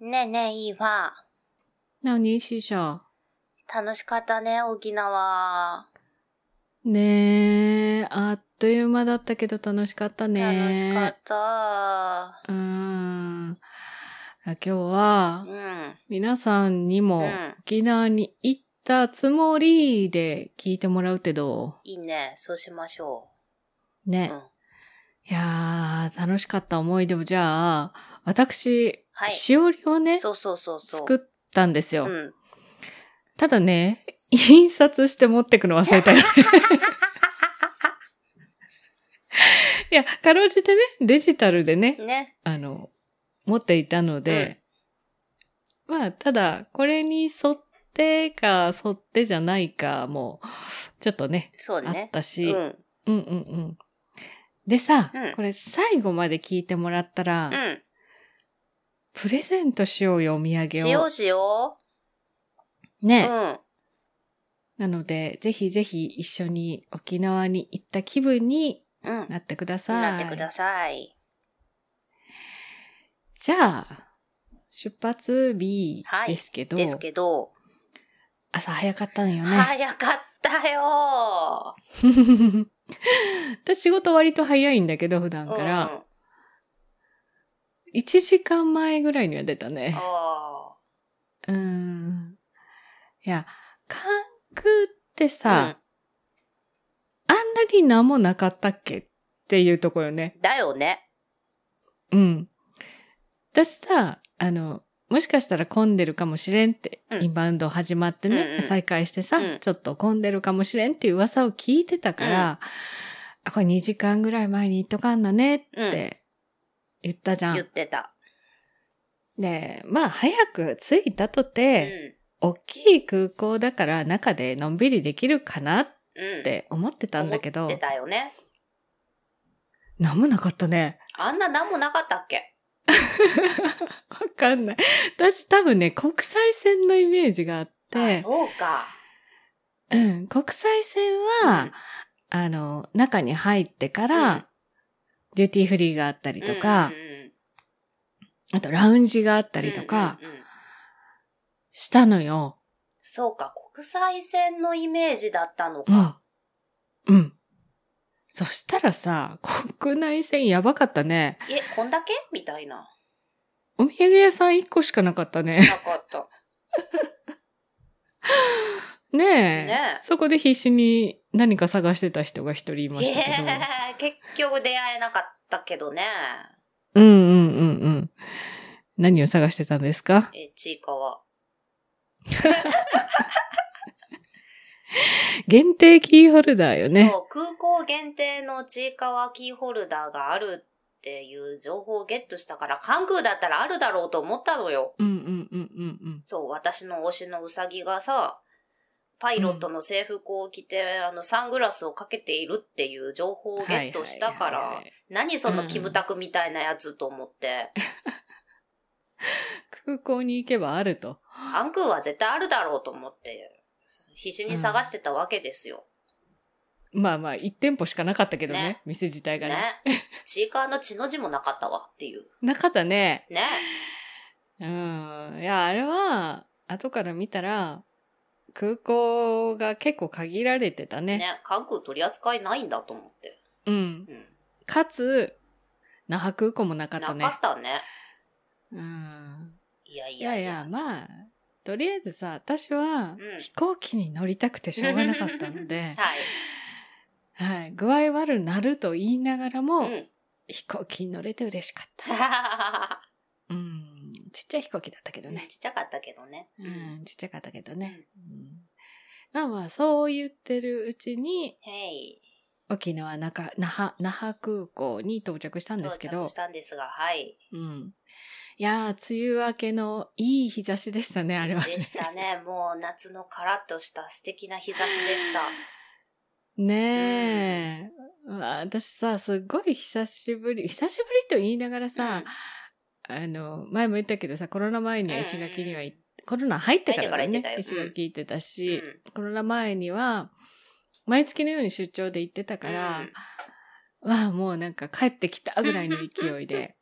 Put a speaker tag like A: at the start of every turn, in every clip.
A: ねえねえ、いいわ。
B: 那你洗手。
A: 楽しかったね、沖縄。
B: ねえ、あっという間だったけど楽しかったね。
A: 楽しかった。
B: た。うん。あ今日は
A: う、ん。
B: 皆さんにも
A: うん
B: 沖縄に行ったつもりで聞いてもらうけど、
A: いいね、そうしましょう。う
B: ね。
A: ん。
B: いやー、楽しかった思い出をじゃあ、私、
A: はい
B: しおりをね、
A: そうそうそうそう。
B: 作ったんですよ。
A: うん。
B: ただね、印刷して持ってくの忘 れたよね。いや、かろうじてね、デジタルでね、
A: ね。
B: あの、持っていたので、まあ、ただ、これに沿ってか、沿ってじゃないか、もう、ちょっとね、
A: そう
B: あっ
A: ね。
B: た
A: う
B: し、
A: ん。う
B: うん、
A: ん。
B: うんうんでさ、
A: うん
B: これ最後まで聞いてもらったら、プレゼントしようよ、お土産を。
A: しようしよう。
B: ね。
A: うん。
B: なので、ぜひぜひ一緒に沖縄に行った気分に
A: うん。
B: なってください。
A: なってください。
B: じゃあ、出発日
A: はい
B: ですけど、
A: ですけど、
B: 朝早かったのよね。
A: 早かったよ
B: 私仕事割と早いんだけど、普段
A: ー。
B: から。
A: うん。
B: 1時間前ぐらいには出たね。
A: あ
B: うーん。いや、関空って
A: あ。
B: さ、あんなに何もなかったっけっていうとこよね。
A: うん。だよね。
B: うん。私さ、あの、もしかしたら混んでるかもしれんって、
A: うん
B: インバウンド始まってね、
A: うんうん
B: 再開してさ、
A: うん
B: ちょっと混んでるかもしれんっていう噂を聞いてたから、あ、これ2時間ぐらい前に行っとかんだねっ
A: うん。
B: て言ったじゃん。
A: 言ってた。
B: で、まあ早く着いたと
A: うん。
B: て、大きい空港だから中でのんびりできるかなっ
A: うん。
B: て思ってたんだけど
A: 思っ、てたよね。
B: なんもなかったね。
A: あんな何もなかったっけ
B: わかんない。私多分ね、国際線のイメージがあって、
A: あ、そうか。
B: うん、国際線は、
A: うん
B: あの、中に入ってか
A: う
B: ら、
A: ん
B: デューティーフリーがあったりとか、
A: うんうんうん
B: あとラウンジがあったりとか、
A: うんうんうん
B: したのよ。
A: そうか、国際線のイメージだったの
B: う
A: か。
B: ん。うん。そしたらさ、国内線やばかったね。
A: え、こんだけみたいな。
B: お土産屋さん1個しかなかったね。
A: なか った。
B: ねえ。
A: ねえ
B: そこで必死に何か探してた人が1人いま
A: い
B: したけど。
A: や結局出会えなかったけどね。
B: うんうんうんうん。何を探してたんですか
A: え、ちいかわ。
B: 限定キーホルダーよね。
A: そう、空港限定のちいかわキーホルダーがあるっていう情報をゲットしたから、関空だったらあるだろうと思ったのよ。
B: うんうんうんうんうん。
A: そう、私の推しのうさぎがさ、パイロットの制服を着て、あの、サングラスをかけているっていう情報をゲットしたから、
B: はいはいはいはい
A: 何そのキムタクみたいなやつと思って、
B: 空港に行けばあると。
A: 関空は絶対あるだろうと思って、必死に探してたわけですよ。
B: まあまあ、1店舗しかなかったけどね、
A: ね
B: 店自体がね
A: ね。チーカーの血の字もなかったわっていう。
B: なかったね。
A: ね。
B: うん。いや、あれは、後から見たら、空港が結構限られてたね。
A: ね、関空取り扱いないんだと思って。
B: うん。
A: うん。
B: かつ、那覇空港もなかっ
A: な
B: た
A: か
B: ね
A: っ。たね。
B: うん。
A: いやい
B: いや
A: や
B: いや、まあ、とりあえずさ、私は
A: うん
B: 飛行機に乗りたくてしょうがなかったので、
A: はい。
B: はい、具合悪なると言いながらも、
A: うん。
B: 飛行機に乗れて嬉しかった。うん、ちっちゃい飛行機だったけどね。
A: ちっちゃかったけどね。
B: う。ん、ちっちゃかったけどね。うんまあまあ、そう言ってるうちに、
A: へい。
B: 沖縄中、那覇、那覇空港に到着したんですけど
A: 到着し、たんですが、はい。
B: うん。いやー、梅雨明けのいい日差しでしたね、あれは、ね。
A: でした ね。もう夏のカラッとした素敵な日差しでした。
B: ねえ。うわ私さ、すごい久しぶり、久しぶりと言いながらさ、あの、前も言ったけどさ、コロナ前には石垣には行っ、コロナ入ってからだ
A: 入って
B: ね
A: から、行って
B: 石
A: たよ
B: 垣行ってた
A: うん、
B: し、コロナ前には、毎月のように出張で行ってたか
A: う
B: ら
A: ん、
B: わあ、もうなんか帰ってきたぐらいの勢いで。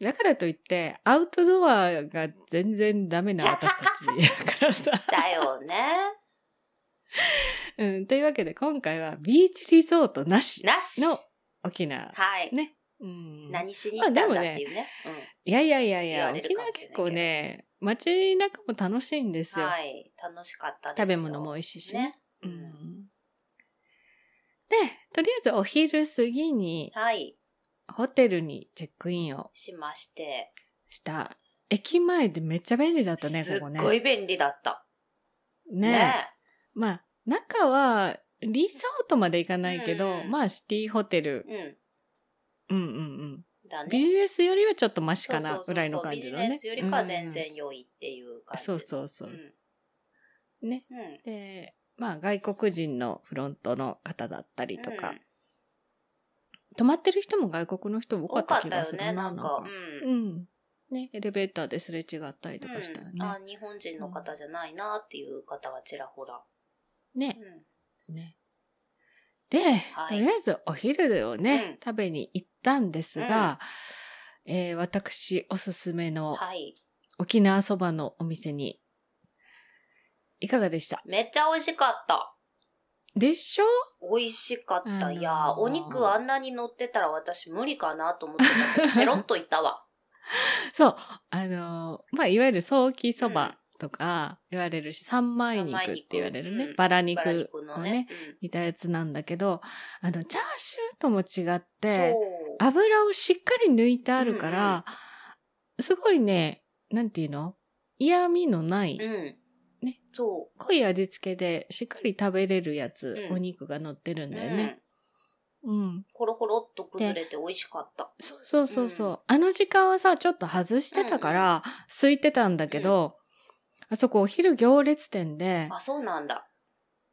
B: だからといって、アウトドアが全然ダメな私たちだからさ。
A: だよ ね。
B: うん。というわけで、今回はビーチリゾートなし
A: なし。
B: の沖縄。
A: はい。
B: ね。うん。
A: 何しに行ったんだっていうね。
B: いやいやいやい
A: 言
B: や、
A: われ
B: 沖
A: るか
B: 縄
A: もしれない
B: 結
A: けど
B: 構ね、街中も楽しいんです
A: うん。
B: よ。
A: はい。楽しかったですよ。
B: 食べ物も美味しいしね。
A: ね。
B: う
A: うん
B: ん。で、とりあえずお昼過ぎに
A: はい。
B: ホテルにチェックインを
A: しまして。
B: した。駅前でめっちゃ便利だったね、
A: すっ
B: ここね。
A: ごい便利だった。
B: ねまあ、中はリゾートまで行かないけど、
A: うんうん
B: まあシティホテル。
A: ね
B: うんうんうん。
A: うん。だね。
B: ビジネスよりはちょっとマシ
A: そう
B: か
A: そう
B: な
A: そうそう
B: ぐらいの感じのね。
A: ビジネスよりかは全然良いっていう感じ。
B: そうそうそう
A: うん
B: ね。
A: うん。
B: うんうん。で、まあ外国人のフロントの方だったりとか、
A: うん
B: 泊まってる人も外国の人多か
A: 多
B: っ
A: か
B: た
A: っ
B: 気
A: た
B: が
A: よ
B: する
A: ね、な
B: な。
A: んか。うん。
B: うん。ね、エレベーターですれ違ったりとかしたら
A: うんあ
B: ね。
A: 日本人の方じゃないなっていう方がちらほら。
B: ね、
A: うん
B: ね。で、
A: はい
B: とりあえずお昼をね、
A: うん
B: 食べに行ったんですが、えー私おすすめの
A: はい。
B: 沖縄そばのお店に、いかがでした
A: めっちゃ美味しかった。
B: でしょ
A: 美味しかった。
B: あのー
A: いやー、お肉あんなに乗ってたら私無理かなと思ってた けど、ペロッといったわ。
B: そう。あのーまあ、いわゆる早期そばとか言われるし、三枚肉って言われる
A: 三枚
B: ね。
A: 肉うん
B: バラ肉
A: バラ肉の
B: の
A: ね
B: ね、。似たやつなんだけど、あの、チャーシューとも違
A: う
B: っ
A: ん
B: て、
A: そう。
B: 油をしっかり抜いてあるから、すごいね、なんていうの嫌味のない、
A: うん。
B: ね。
A: そ
B: 濃い味付けでしっかり食べれるやつ、
A: うん
B: お肉が乗ってる
A: う。
B: んだよね。うん。
A: ホロホロっと崩れて美味しかった。
B: そうそうそうそう、あの時間はさ、ちょっと外してたから、空いてたんだけど、あそこお昼行列店で、
A: あ、そうなんだ。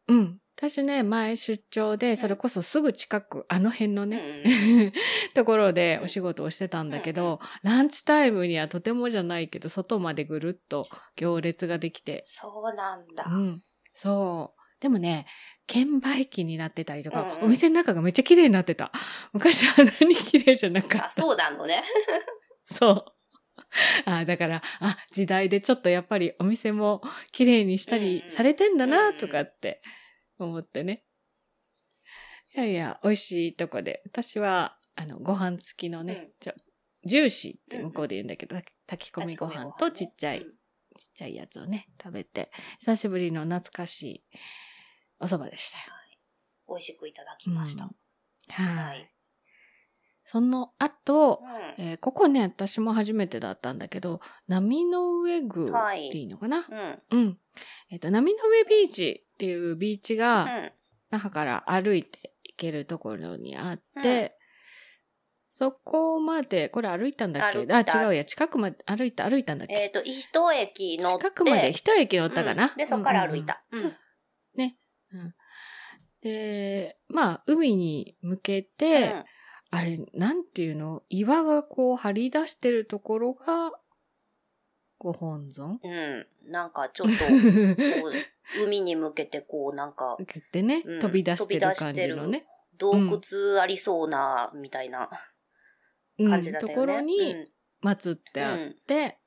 B: うん。私ね、前出張で、それこそすぐ近く、あの辺のね、
A: ね。
B: ところでお仕事をしてたんだけど、ランチタイムにはとてもじゃないけど、外までぐるっと行列ができて。
A: そうなんだ
B: う。ん。そう。でもね、券売機になってたりとか、
A: うんうん
B: お店の中がめっちゃ綺麗になってた。昔は何綺麗じゃなかった
A: あ、。そうなのね。
B: そう。あだから、あ、時代でちょっとやっぱりお店も綺麗にしたり
A: うんうん
B: されてんだ
A: う
B: なん
A: うん
B: とかって思ってね。いやいや、美味しいとこで。私は、あの、ご飯付きのね、
A: うん
B: ちょジューシーって向こうで言うんだけど、炊き込みご飯とちっちゃい、
A: う
B: ち
A: ん
B: っ。ちゃいやつをね、食べて、久しぶりの懐かしいお蕎麦でしたよ。
A: 美味しくいただきました。
B: はい。
A: はい
B: その後、
A: う
B: えーここね、私も初めてだったんだけど、波の上宮
A: はい
B: っていいのかな、
A: ん。うん。
B: うん。えっ、と、波の上ビーチっていうビーチが、那覇から歩いて行けるところにあって、そこまで、これ歩いたんだっ
A: 歩
B: け
A: い
B: あ、
A: た
B: 違うや、近くまで、歩いた、歩いたんだっけ、
A: えっと、一駅乗って。
B: 近くまで一駅乗ったかな、
A: うんで、そこから歩いた。
B: うん
A: う
B: うん
A: ん
B: うんそうね。うん。で、まあ、海に向
A: う
B: け
A: ん
B: て、あれ、なんていうの岩がこう張り出してるところが、ご本尊
A: うん。なんかちょっと、 こう、海に向けてこう、なんか、
B: ってね、
A: うん
B: 飛び出してる感じのね、
A: 洞窟ありそうな、みたいな
B: うん
A: 感じだった
B: と
A: よね。
B: ころに
A: うん
B: 祀ってあって、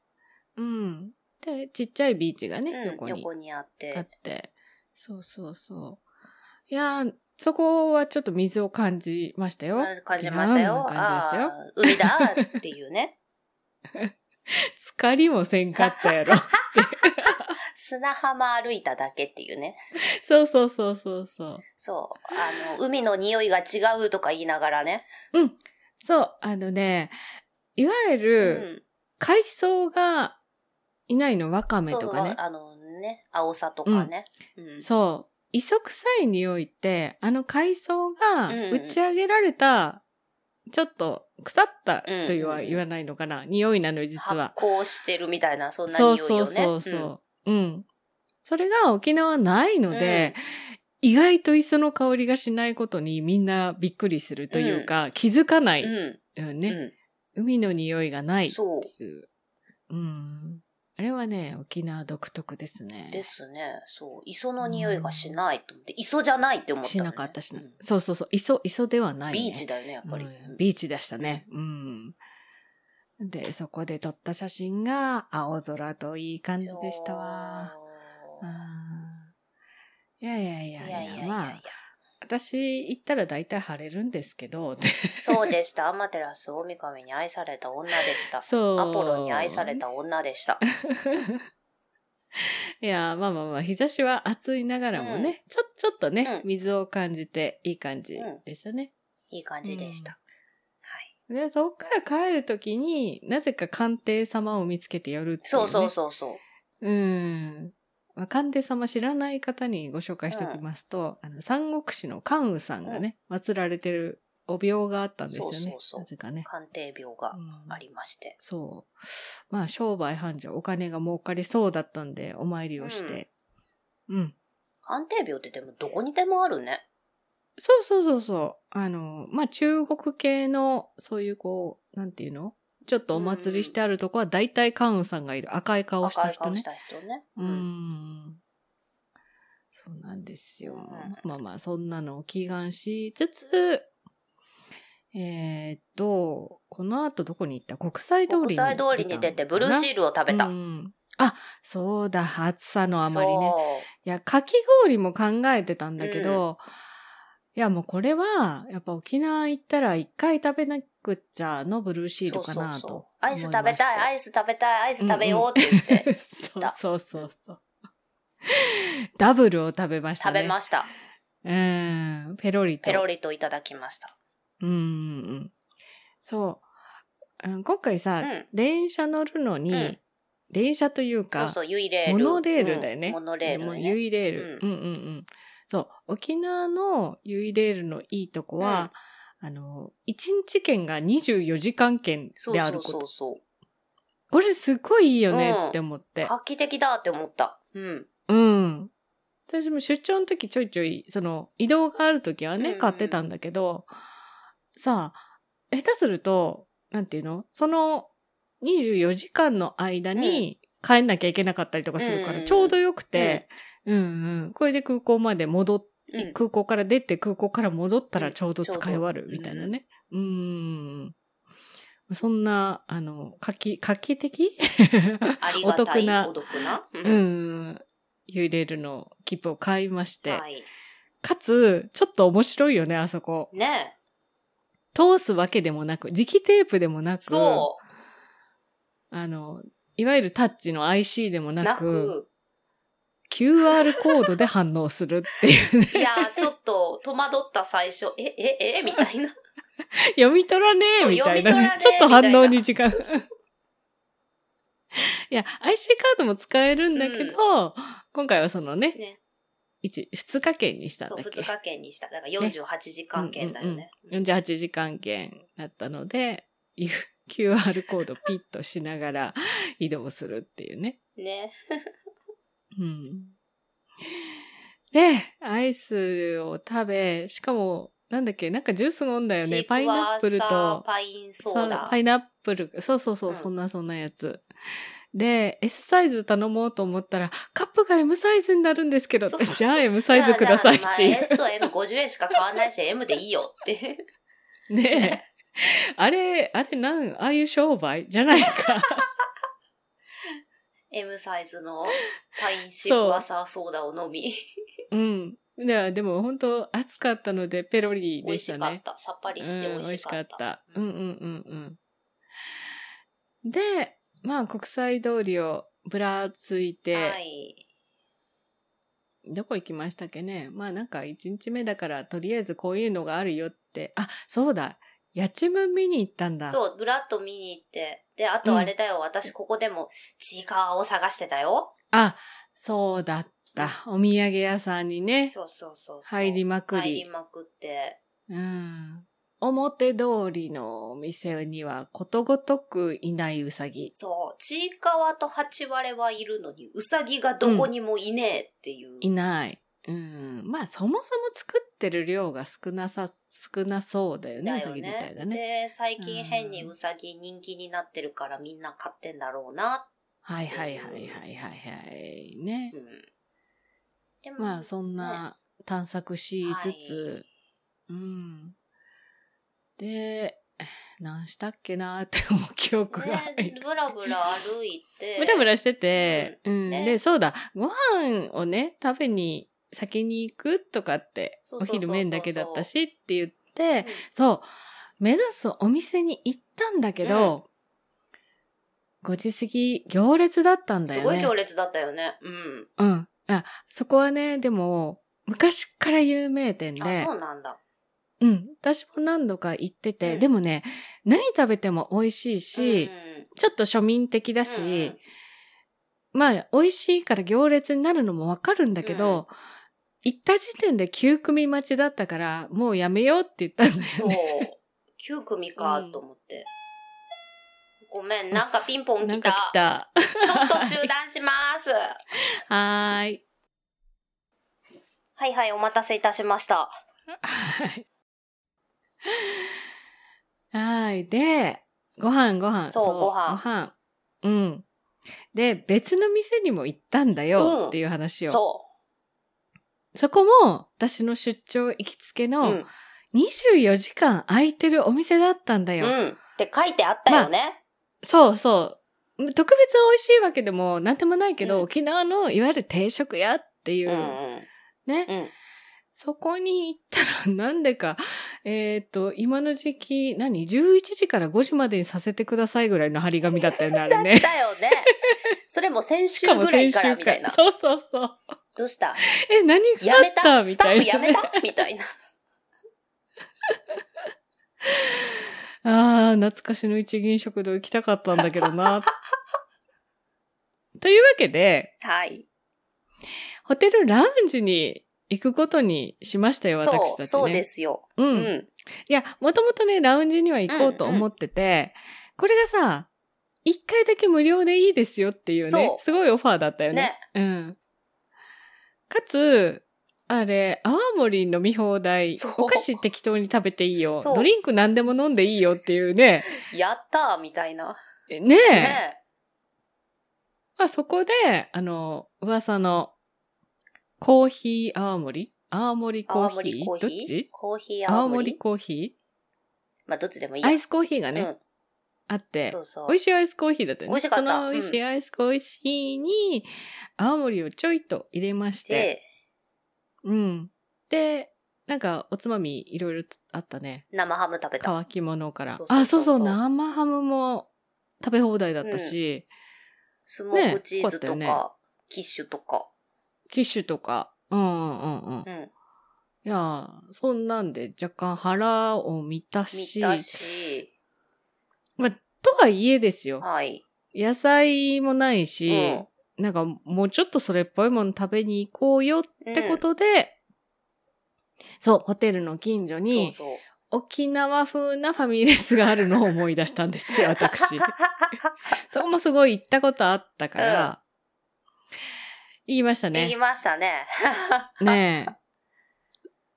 B: うん、で、ちっちゃいビーチがね、
A: うん
B: 横に
A: 横にあっ。
B: あってて、そうそうそう。いやー、そこはちょっと水を感じましたよ。
A: 感じましたよ。
B: 沖縄の感じでしたよ
A: あー海だーっていうね。
B: 疲れもせんかっ たやろ。
A: 砂浜歩いただけっていうね。
B: そうそうそうそうそう。
A: そう。あの、海の匂いが違うとか言いながらね。
B: そう、あのね、いわゆ
A: う
B: る、。海藻がいないの、わかめとか
A: そう
B: ね。
A: あのね、青さとかね。うん
B: そう。磯臭い匂いって、あの海藻が
A: うん
B: 打ち上げられた、ちょっと腐った
A: うん
B: とは言わないのかな。匂いなのよ、実
A: 発
B: は。
A: 酵してるみたいな、そんな匂い
B: そ
A: を
B: う
A: ね。
B: そうそうそう。うん。それが沖縄ないので、意外と磯の香りがしないことにみんなびっくりするというか、気づかない
A: うん。うん。
B: よ
A: う
B: ね。
A: ん。
B: 海の匂いがない。
A: そ
B: っていう。うん。あれはね、沖縄独特ですね
A: う。。ですね。そう。磯の匂いがしないと思って、磯じゃないって思った
B: し
A: のね、
B: なかったしな、
A: うん
B: そうそうそう、磯、磯ではない、ね。
A: ビーチだよね、やっぱり。
B: うんビーチでしたね。うん。で、そこで撮った写真が青空といい感じでしたわ。うんいやいやい
A: い
B: や
A: や
B: い
A: い
B: や、
A: やいやいや
B: まあ、私行ったら大体晴れるんですけど、っ て
A: そうでした。アマテラス大神に愛された女でした。
B: そう。
A: アポロに愛された女でした。
B: いや、まあまあまあ、日差しは暑いながらもね、
A: うん
B: ちょ、ちょっとね、
A: う
B: 水を感じていい感じでしたね。
A: いい感じでした。はい。
B: で、そっから帰るときに、なぜか鑑定様を見つけて寄るっていう、ね。
A: そうそうそうそう。
B: う。うん。まあ、鑑定様知らない方にご紹介しておきますと、あの、三国志の関羽さんがね、祀られてるお廟があったんですよね。
A: そうそうそう
B: なぜかね。
A: 鑑定病が
B: うん
A: ありまして。
B: そう。まあ、商売繁盛、お金が儲かりそうだったんで、お参りをして。うん。
A: 鑑定病ってでもどこにでもあるね。
B: そうそうそうそう。あの、まあ、中国系の、そういうこう、なんていうのちょっとお祭りしてあるとこは、大体カウンさんがいる赤い顔した
A: 赤い
B: 人
A: 顔
B: ね
A: し。た人ね。
B: うーん。そうなんですよ。
A: う
B: まあまあ、そんなのを祈願しつつ、えーっと、この後どこに行った国際通りに
A: 国際通りに出てブルーシ
B: ー
A: ールを食べた。
B: うん。あ、そうだ、暑さのあまりね。
A: そ
B: いや、かき氷も考えてたんだけど、いや、もうこれは、やっぱ沖縄行ったら一回食べなくっちゃのブルーシ
A: う
B: ールかな
A: そうそ
B: と
A: うそう
B: 思
A: ア
B: いま
A: イス
B: し
A: 食
B: た
A: べたい、アイス食べたい、アイス食べようって言って、
B: そうそうそうそう。ダブルを食べました
A: 食
B: ね。
A: べました。
B: うん。ペロリと。
A: ペロリといただきました。
B: うんうんうん。そう。うん今回さ、
A: うん
B: 電車乗るのに、
A: うん
B: 電車という
A: そう
B: か、
A: そう、ユイレール。
B: モノレールだよ
A: う
B: ね。
A: んモノレール、ね。
B: ユイレール。
A: う
B: う
A: ん
B: うんうん。そう。沖縄のユイレールのいいとこは、あの、1日券が24時間券
A: そう
B: である
A: そう
B: こと。
A: そうそ
B: これすごいいいよねって思っ
A: う。
B: て。
A: 画期的だって思った。うん。
B: うん。私も出張の時ちょいちょい、その、移動がある時は
A: う
B: ね、
A: んうん
B: 買ってたんだけど、さあ、下手すると、なんていうのその、24時間の間に帰んなきゃいけなかったりとかするか
A: うんう
B: ら、
A: ん
B: ちょうどよくて、うんうん。これで空港まで戻っ
A: うん
B: 空港から出て空港から戻った
A: う
B: ら
A: ん
B: ちょうど使い終わるみたいなね。うん。んそんな、あの、画期、画期的
A: ありがたい。
B: お得な
A: お得な。
B: う。ん。ユレールの切符を買いまして。
A: はい。
B: かつ、ちょっと面白いよね、あそこ。
A: ねえ。
B: 通すわけでもなく、磁気テープでもなく、
A: そ
B: あの、いわゆるタッチの IC でも
A: う。
B: な
A: な
B: く、
A: く。
B: QR コードで反応するっていうね。
A: いやー、ちょっと戸惑った最初。え、え、え、みたい な。
B: 読み取らねえ
A: そう
B: みた
A: 読
B: い
A: み取ら
B: な
A: ね
B: ね。
A: え
B: ちょっと反応に
A: み
B: 時間。いや、IC カードも使えるんだけど、今回はそのね、
A: ね。
B: 1、2日券にしたんだ
A: そう、
B: っけ
A: 二日券にした。だから48時間券だよね。
B: 48時間券だったので、 ゆ QR コードピッとしながら移動するっていうね。
A: ね。
B: うん。で、アイスを食べ、しかも、なんだっけ、なんかジュース飲んだよね。
A: シー
B: パイ
A: ク
B: ナ
A: ワ
B: ップ
A: ー
B: ル
A: サー
B: と、
A: パインソー
B: そ
A: ダ
B: う。パイナップル、そうそうそう、
A: うん
B: そんなそんなやつ。で、S サイズ頼もうと思ったら、カップが M サイズになるんですけど、
A: そうそうそう
B: じゃあ M サイズくださいっ
A: や
B: ていう
A: じゃあまあ。S と M50 円しか買わないし、M でいいよって。
B: ねえ。あれ、あれなん、ああいう商売じゃないか。
A: M サイズのパインシークワーサーソーダを飲み。
B: うん。いや、でも本当暑かったのでペロリ
A: 美
B: で
A: 味
B: し
A: したかっ
B: ね。
A: た。さっぱりし
B: うん
A: て美味しかった。
B: うんうんうんうん。で、まあ国際通りをぶらついて、
A: はい。
B: どこ行きましたっけね。まあなんか1日目だからとりあえずこういうのがあるよって。あ、そうだ。やちむん見に行ったんだ。
A: そう、ブラッと見に行って。で、あとあれだよ、私ここでもちいかわを探してたよ。
B: あ、そうだった。お土産屋さんにね、
A: そうそうそうそう。
B: 入りまく
A: 入りまくって。
B: うん表通りのお店にはことごとくいないうさぎ。
A: そう、ちいかわと八割れはいるのに、うさぎがどこにもいねえっていう。
B: いない。うん。まあそもそも作ってる量が少なさ、少なそうだよね、う
A: だ
B: さ
A: よ
B: ぎ自体
A: ね
B: が。ね。
A: で、最近変にうさぎ人気になってるからみんな買ってんだろうな。
B: はいはいはいはいはいはい。ね
A: う。ん。でも
B: まあそんな探索しつつ、うん。で、何したっけなーって思う記憶が。
A: ね、ぶらぶら歩いて
B: 。ブラブラしてて、うん、
A: ね
B: で、そうだ、ご飯をね、食べに、先に行くとかって、
A: そうそ
B: お
A: うそうそうそ
B: 昼
A: う
B: 麺だけだったしって言っ
A: うん
B: て、そう、目指すお店に行ったんだけど、5時過ぎ、行列だったんだ
A: す
B: よ
A: ご
B: ね。
A: い行列だったよね。うん。
B: うん。あ、そこはね、でも、昔から有名店で、
A: あ、そうなんだ。
B: うん。私も何度か行ってて、
A: うん
B: でもね、何食べても美味しいし、
A: うん
B: ちょっと庶民的だし、
A: うんうん
B: まあ、美味しいから行列になるのもわかるんだけど、行った時点で9組待ちだったから、もうやめようって言ったんだ
A: そ
B: よ
A: う
B: ね。。
A: 9組かと思って。ごめん、なんかピンポン
B: な
A: 来
B: ん
A: た。
B: か来た。
A: ちょっと中断します。
B: はーい。
A: はいはい、お待たせいたしました。
B: はい。はい。で、ご飯ご飯。
A: そうご飯
B: うん。で、別の店にも行ったんだ
A: うん
B: よっていう話を。
A: そ
B: そこも、私の出張行きつけ
A: う。う
B: の
A: ん。
B: 24時間空いてるお店だったんだ
A: う
B: よ。
A: ん。って書いてあったよね。
B: そうそう。特別美味しいわけでもなんでもないけど、
A: うん
B: 沖縄のいわゆる定食屋っていう、
A: うんうん。
B: ね、
A: うん。
B: そこに行ったらなんでか、 えっ、と、今の時期、何 ?11 時から5時までにさせてくださいぐらいの張り紙だったよね、あ れ
A: だっ
B: ね。
A: たよ ね。それも先
B: し
A: 週
B: かも
A: ぐらい
B: 先
A: から
B: 週
A: みたい
B: か
A: な。
B: そうそうそう。
A: どうした
B: え、何が
A: やめ
B: あ
A: た
B: った
A: ス
B: み
A: タ
B: た
A: ッ
B: いな
A: フやめたみたいな。
B: ああ、懐かしの一銀食堂行きたかったんだけど な。というわけで、
A: はい。
B: ホテルラウンジに行くことにしましたよ、私たち
A: そう、
B: ね。。
A: そうですすよ。
B: う。
A: うんん。
B: いや、もともとね、ラウンジには行こうと思ってて、これがさ、一回だけ無料でいいですよっていうね
A: そ、う
B: すごいオファーだったよね。
A: ね。
B: うん。かつ、あれ、泡盛飲み放題
A: そう、
B: お菓子適当に食べていいよ、
A: そう
B: ドリンク何でも飲んでいいよってい うね、
A: やったーみたいな。
B: ねえ、
A: ね
B: まあそこで、あの、噂の、コーヒー泡盛泡盛コ
A: 青
B: ーヒ
A: 森
B: ー
A: コーヒ
B: どっ
A: ー
B: ち
A: コーヒー青
B: 泡盛
A: 森
B: コーヒ
A: まあ、どっちでもいい
B: ー
A: や。
B: アイスコーヒーがね、
A: う
B: あって
A: ん。、そうそう。
B: 美味しいアイスコーヒーだったよね。
A: 美味しかった
B: その美味しいアイスコーヒーに、青森をちょいと入れまして。
A: で、
B: うん。で、なんか、おつまみいろいろあったね。
A: 生ハム食べた。
B: 乾き物から。
A: そうそうそうそう
B: あ、そうそう、生ハムも食べ放題だったし、
A: スモー
B: ね
A: クチーズとか、
B: 凝ったよ
A: キッシュとか。
B: キッシュとか。うんうんうんうん。
A: うん。
B: いやーそんなんで若干腹を満たし、
A: 見たし、
B: まあ、とはいえですよ。
A: はい。
B: 野菜もないうし、
A: ん。
B: なんかもうちょっとそれっぽいもの食べに行こうよってことで、そう、ホテルの近所
A: そう
B: に
A: そう。
B: 沖縄風なファミレスがあるのを思い出したんで すよ、私。そこもすごい行ったことあったから、行きました
A: 言い
B: ね。
A: ましたね。
B: ねえ。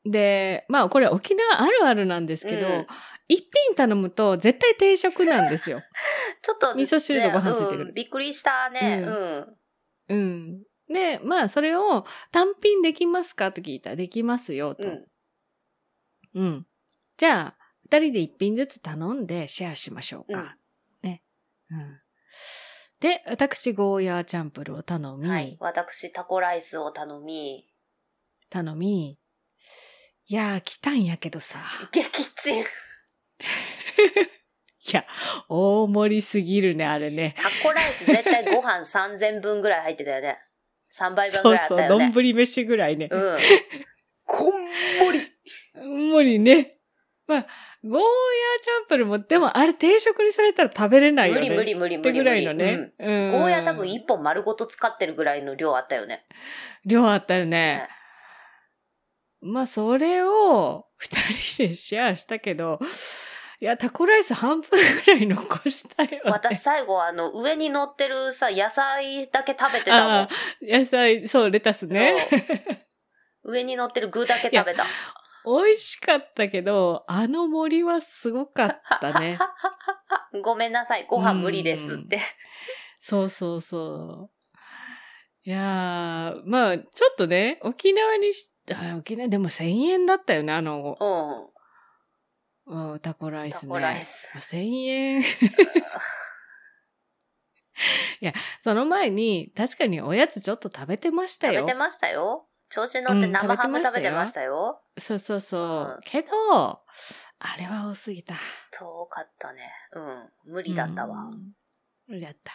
B: で、まあこれ沖縄あるあるなんですけど、
A: うん
B: 一品頼むと絶対定食なんです よ。
A: ちょっと、
B: 味噌汁とご飯ついてくる
A: ねうんびっくりしたね。
B: う
A: うん。
B: うん。で、まあそれを単品できますかと聞いたらできますよと。
A: うん。
B: うん。じゃあ、二人で一品ずつ頼んでシェアしましょうか。ね。うん。で、私、ゴーヤーチャンプルを頼み、
A: はい。私、タコライスを頼み、
B: 頼み、いやー、来たんやけどさ。
A: 激鎮。
B: いや、大盛りすぎるね、あれね。
A: タコライス絶対ご飯3000分ぐらい入ってたよね。3倍分ぐ
B: そう
A: らいあっ
B: そう
A: た、よ
B: 丼
A: ね。
B: 飯ぐらいね。
A: うん。こんもり。
B: 無理ね。まあ、ゴーヤーチャンプルも、でもあれ定食にされたら食べれないよ
A: 無
B: ね。
A: 理無理無理
B: っ
A: 無
B: て
A: 理
B: ぐ
A: 無理。
B: らいのね。う
A: うん
B: ん
A: ゴーヤ多分1本丸ごと使ってるぐらいの量あったよね。
B: 量あったよね
A: ね。
B: まあ、それを二人でシェアしたけど、いや、タコライス半分ぐらい残したいわ、ね。
A: 私最後あの上に乗ってるさ、野菜だけ食べてたもん
B: あ。ー野菜、そう、レタスね。
A: そう。上に乗ってる具だけ食べた。
B: 美味しかったけど、あの森はすごかっ たね。
A: ごめんなさい、ご飯無理ですって。
B: そうそうそう。いやー、まあ、ちょっとね、沖縄にし、あ沖縄、でも1000円だったよね、あの、
A: うん。
B: うわ、タコライスね。
A: タコライス
B: 1000円。い や、その前に、確かにおやつちょっと食べてました
A: 食べ
B: よ
A: て。ましたよ。調子に乗って生ハム
B: うん
A: 食
B: 食
A: べ
B: べ
A: て
B: て
A: ま
B: ま
A: し
B: した
A: よ。。
B: そうそうそううんけど、あれは多すぎた。
A: 遠かったね。うん。無理だったわ。
B: うん。無理だった。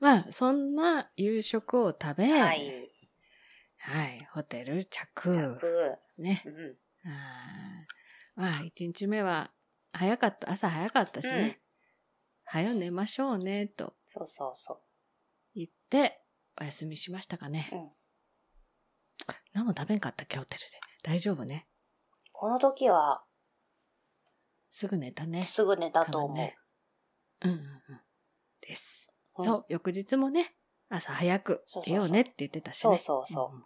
B: まあ、そんな夕食を食べ、
A: は
B: はいい。。ホテル着。
A: 着。
B: ね。
A: うん。
B: あーまあ、一日目は、早かった、朝早かったしね。
A: うん
B: 早寝ましょうね、と
A: そうそうそ
B: 言って、お休みしましたかね。
A: う。うん。
B: 何も食べんかった、今日ホテルで。大丈夫ね。
A: この時は、
B: すぐ寝たね。
A: すぐ寝たと思う。
B: うんうんうん。です。
A: うん
B: そう、翌日もね、朝早く
A: そうそうそう
B: 出ようねって言ってたし
A: そう
B: ね。
A: そうそ
B: んん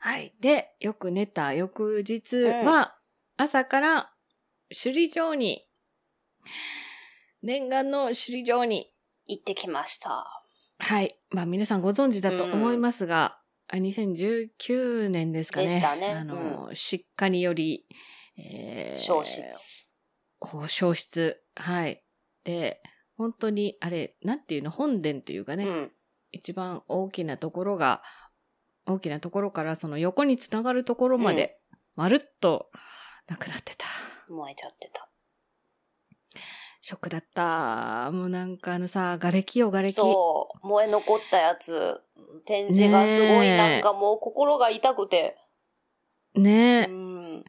B: はい。で、よく寝た翌日は、朝から首里城に、念願の首里城に、
A: う。行ってきました。
B: はい。まあ皆さんご存知だと思いますが、あ2019年ですかね。
A: でしたね
B: あの、失火により、えー
A: 消失。
B: こう消失。はい。で、本当に、あれ、なんていうの、本殿というかね、
A: うん。
B: 一番大きなところが、大きなところからその横につながるところまで、まるっとなくなってた。
A: 燃えちゃってた。
B: ショックだった。もうなんかあのさ、瓦礫よ、瓦礫。
A: そう。燃え残ったやつ。展示がすごい、
B: ねえ
A: なんかもう心が痛くて。
B: ねえ、
A: うん。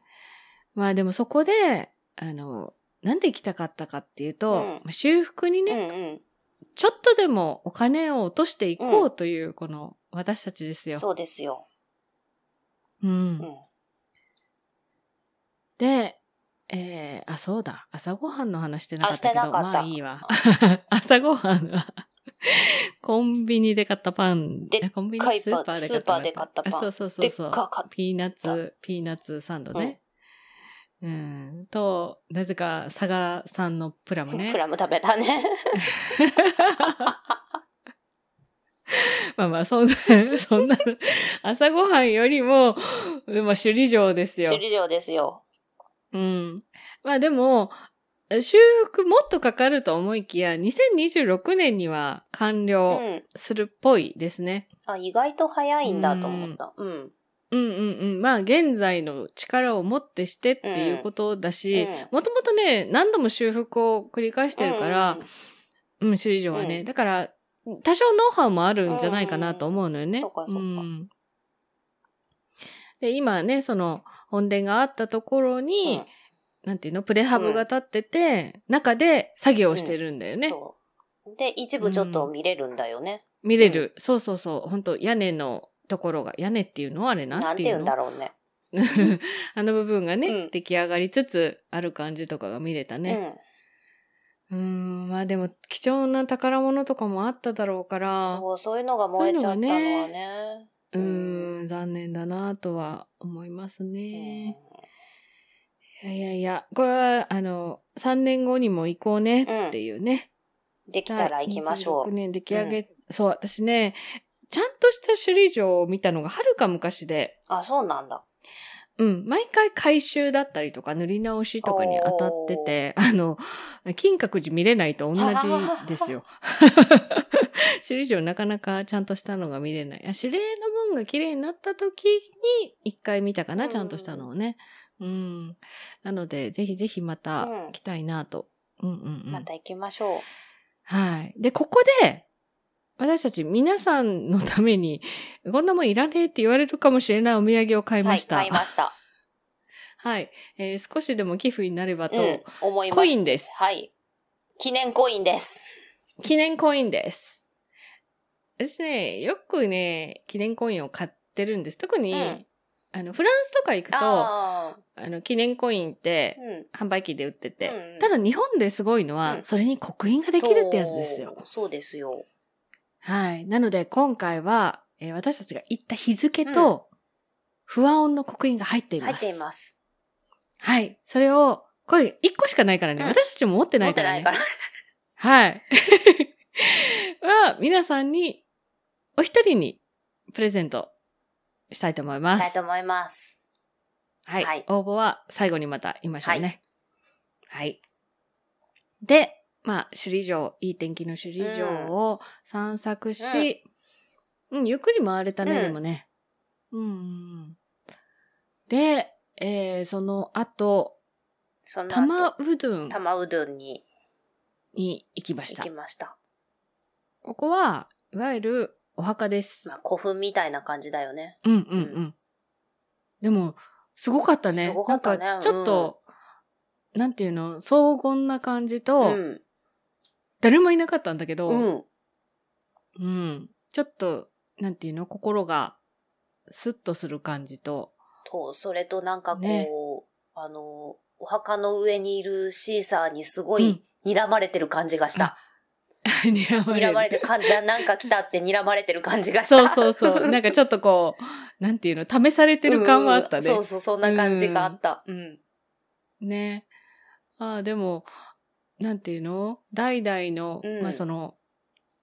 B: まあでもそこで、あの、なんで行きたかったかっていうと、
A: うん
B: まあ修復に
A: う
B: ね、
A: んうん。
B: ちょっとでもお金を落としていこうという、この私たちですよ。
A: そうですよ。
B: うん
A: うん。
B: で、えー、あ、そうだ。朝ごはんの話してなかったけ
A: あしてな
B: ど、
A: かった
B: まあいいわ。 朝ごはんは、コンビニで買ったパン。
A: でっかいパン
B: コンビニスーパーで買った
A: スーパーで買ったパン
B: あそうそうそ
A: で
B: う
A: っ
B: そう。
A: かかっ
B: ピーナッツ、ピーナッツサンドね。うん、と、なぜか、佐賀さんのプラム ね
A: プ。ラム食べたね。
B: まあまあ、そんな、 そんな、朝ごはんよりも、でも首里城ですよ。
A: 首里城ですよ。
B: うん。まあでも、修復もっとかかると思いきや、2026年には完
A: う
B: 了
A: ん。
B: するっぽいですね。
A: あ、意外と早いんだと思った。うん。
B: うんうんうん。まあ現在の力をもってしてっていうことだし、もともとね、何度も修復を繰り返してるから、うん、首里城はね。
A: うん
B: だから、多少ノウハウもあるんじゃないかなと思うのよね。
A: うんうんそうかそうか
B: んで、今ね、その本殿があったところ
A: うん
B: に、なんていうのプレハブが立ってて、中で作業してるんだよ
A: うん
B: ね。
A: そうで、一部ちょっと見れるんだよね。
B: 見れる、そうそうそう。本当屋根のところが、屋根っていうのはあれ
A: な
B: なんん
A: て
B: てい
A: 言
B: う
A: うん
B: の
A: だろうね。
B: あの部分がね、
A: うん
B: 出来上がりつつある感じとかが見れたね。うーん、まあでも貴重な宝物とかもあっただろうか
A: うん。
B: ら、
A: そう、そういうのが燃えちゃったのは
B: そういうのが
A: ね。
B: うーん、残念だなとは思いますね。いやいやいや、これは、あの、3年後にも行こうねっていうね。
A: うんできたら行きましょ
B: 26
A: う。
B: 年出来上げ、そう、私ね、ちゃんとした首里城を見たのがはるか昔で、
A: あ、そうなんだ。
B: うん、毎回改修だったりとか塗り直しとかに当たってて、あの、金閣寺見れないと同じで すよ。首里城なかなかちゃんとしたのが見れない。あ首里の門が綺麗になった時に一回見たか
A: う
B: な、
A: ん
B: ちゃんとしたのをね。うん。なので、ぜひぜひまた
A: うん
B: 来たいなと。うんうんうん。
A: また行きましょう。
B: はい。で、ここで、私たち皆さんのために、こんなもんいらねえって言われるかもしれないお土産を買い
A: は
B: ま
A: い、
B: した。
A: 買いま した。
B: はい、えー少しでも寄付になれば
A: う
B: と、
A: ん、思いました。
B: コインです。
A: はい。記念コインです。
B: 記念コインです。私ね、よくね、記念コインを買ってるんです。特に、
A: うん
B: あの、フランスとか行くと、あ
A: あ
B: の、記念コインって
A: ー、うん。
B: 販売機で売ってて、
A: うん
B: ただ日本ですごいのは、
A: うん
B: それに刻印ができるってやつですよ。
A: そう。そうですよ。
B: はい。なので、今回は、えー私たちが行った日付と、不安音の刻印が入っています。
A: 入っています。
B: はい。それを、これ1個しかないからね、
A: うん
B: 私たちも持ってな
A: 持っ
B: いか
A: て
B: ら
A: な
B: ね
A: い。から。
B: はい。 は、皆さんに、お一人にプレゼントしたいと思いま
A: したい
B: す。
A: と思います。
B: はい。
A: はい
B: 応募は最後にまた言いましょうね。はい。で、まあ、首里城、いい天気の首里城を散策し、うん、ゆっくり回れたね、
A: うん
B: でもね。うんうん。で、えー、その後、
A: その
B: 玉
A: 後、
B: うどん
A: 玉うどんに
B: に行きまし
A: 行
B: た
A: き。ました。
B: ここは、いわゆるお墓です。
A: まあ、古墳みたいな感じだよね。
B: うんうんうん。でも、すごかったね。
A: すごかったね
B: なんか、ちょっと、なんていうの、荘厳な感じと、
A: うん。
B: 誰もいなかったんだけど、
A: うん。
B: うんちょっと、なんていうの、心が、スッとする感じと、
A: と、それとなんかこう、
B: ね
A: あの、お墓の上にいるシーサーにすご
B: う
A: い
B: ん
A: 睨まれてる感じがした。
B: 睨まれる。
A: 睨まれて、かんななんか来たって睨まれてる感じがした。
B: そうそう そう。なんかちょっとこう、なんていうの、試されてる感はあったね。
A: うんそうそう、そんな感じがあった。うん。
B: ね。ああ、でも、なんていうの代々の、
A: うん
B: まあその、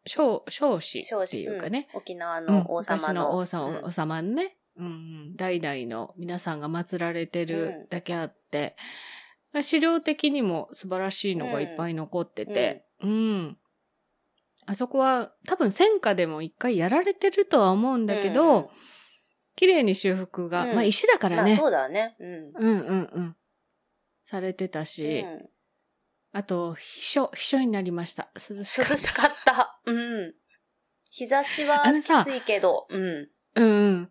B: 少、少子
A: 少
B: っ
A: 子
B: ていうかね。
A: うん沖縄
B: うん
A: の王様
B: 昔の
A: の。
B: 王様,、
A: うん
B: 王様のね、うん、代々の皆さんが祀られて
A: うん
B: るだけあって、資料的にも素晴らしいのがいっぱい残ってて、うん。あそこは多分戦火でも一回やられてるとは思うんだけど、
A: うん
B: 綺麗に修復が、
A: うん
B: まあ石だから
A: まあ、
B: ね
A: そ。うだね。うん。
B: うんうんうん。されてたし、
A: うん
B: あと、秘書、秘書になりました。涼しかった
A: 涼しかった。うん。日差しは
B: あのさ
A: きついけど、うん。
B: うんうん。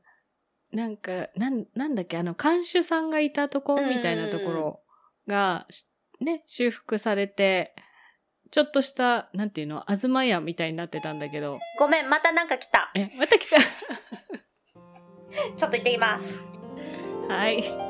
B: なんか、なん、なんだっけ、あの、看守さんがいたとこみたいなところが、しね、修復されて、ちょっとした、なんていうの、東屋みたいになってたんだけど、
A: ごめん、またなんか来た。
B: え、また来た
A: ちょっと行ってきます。
B: はい。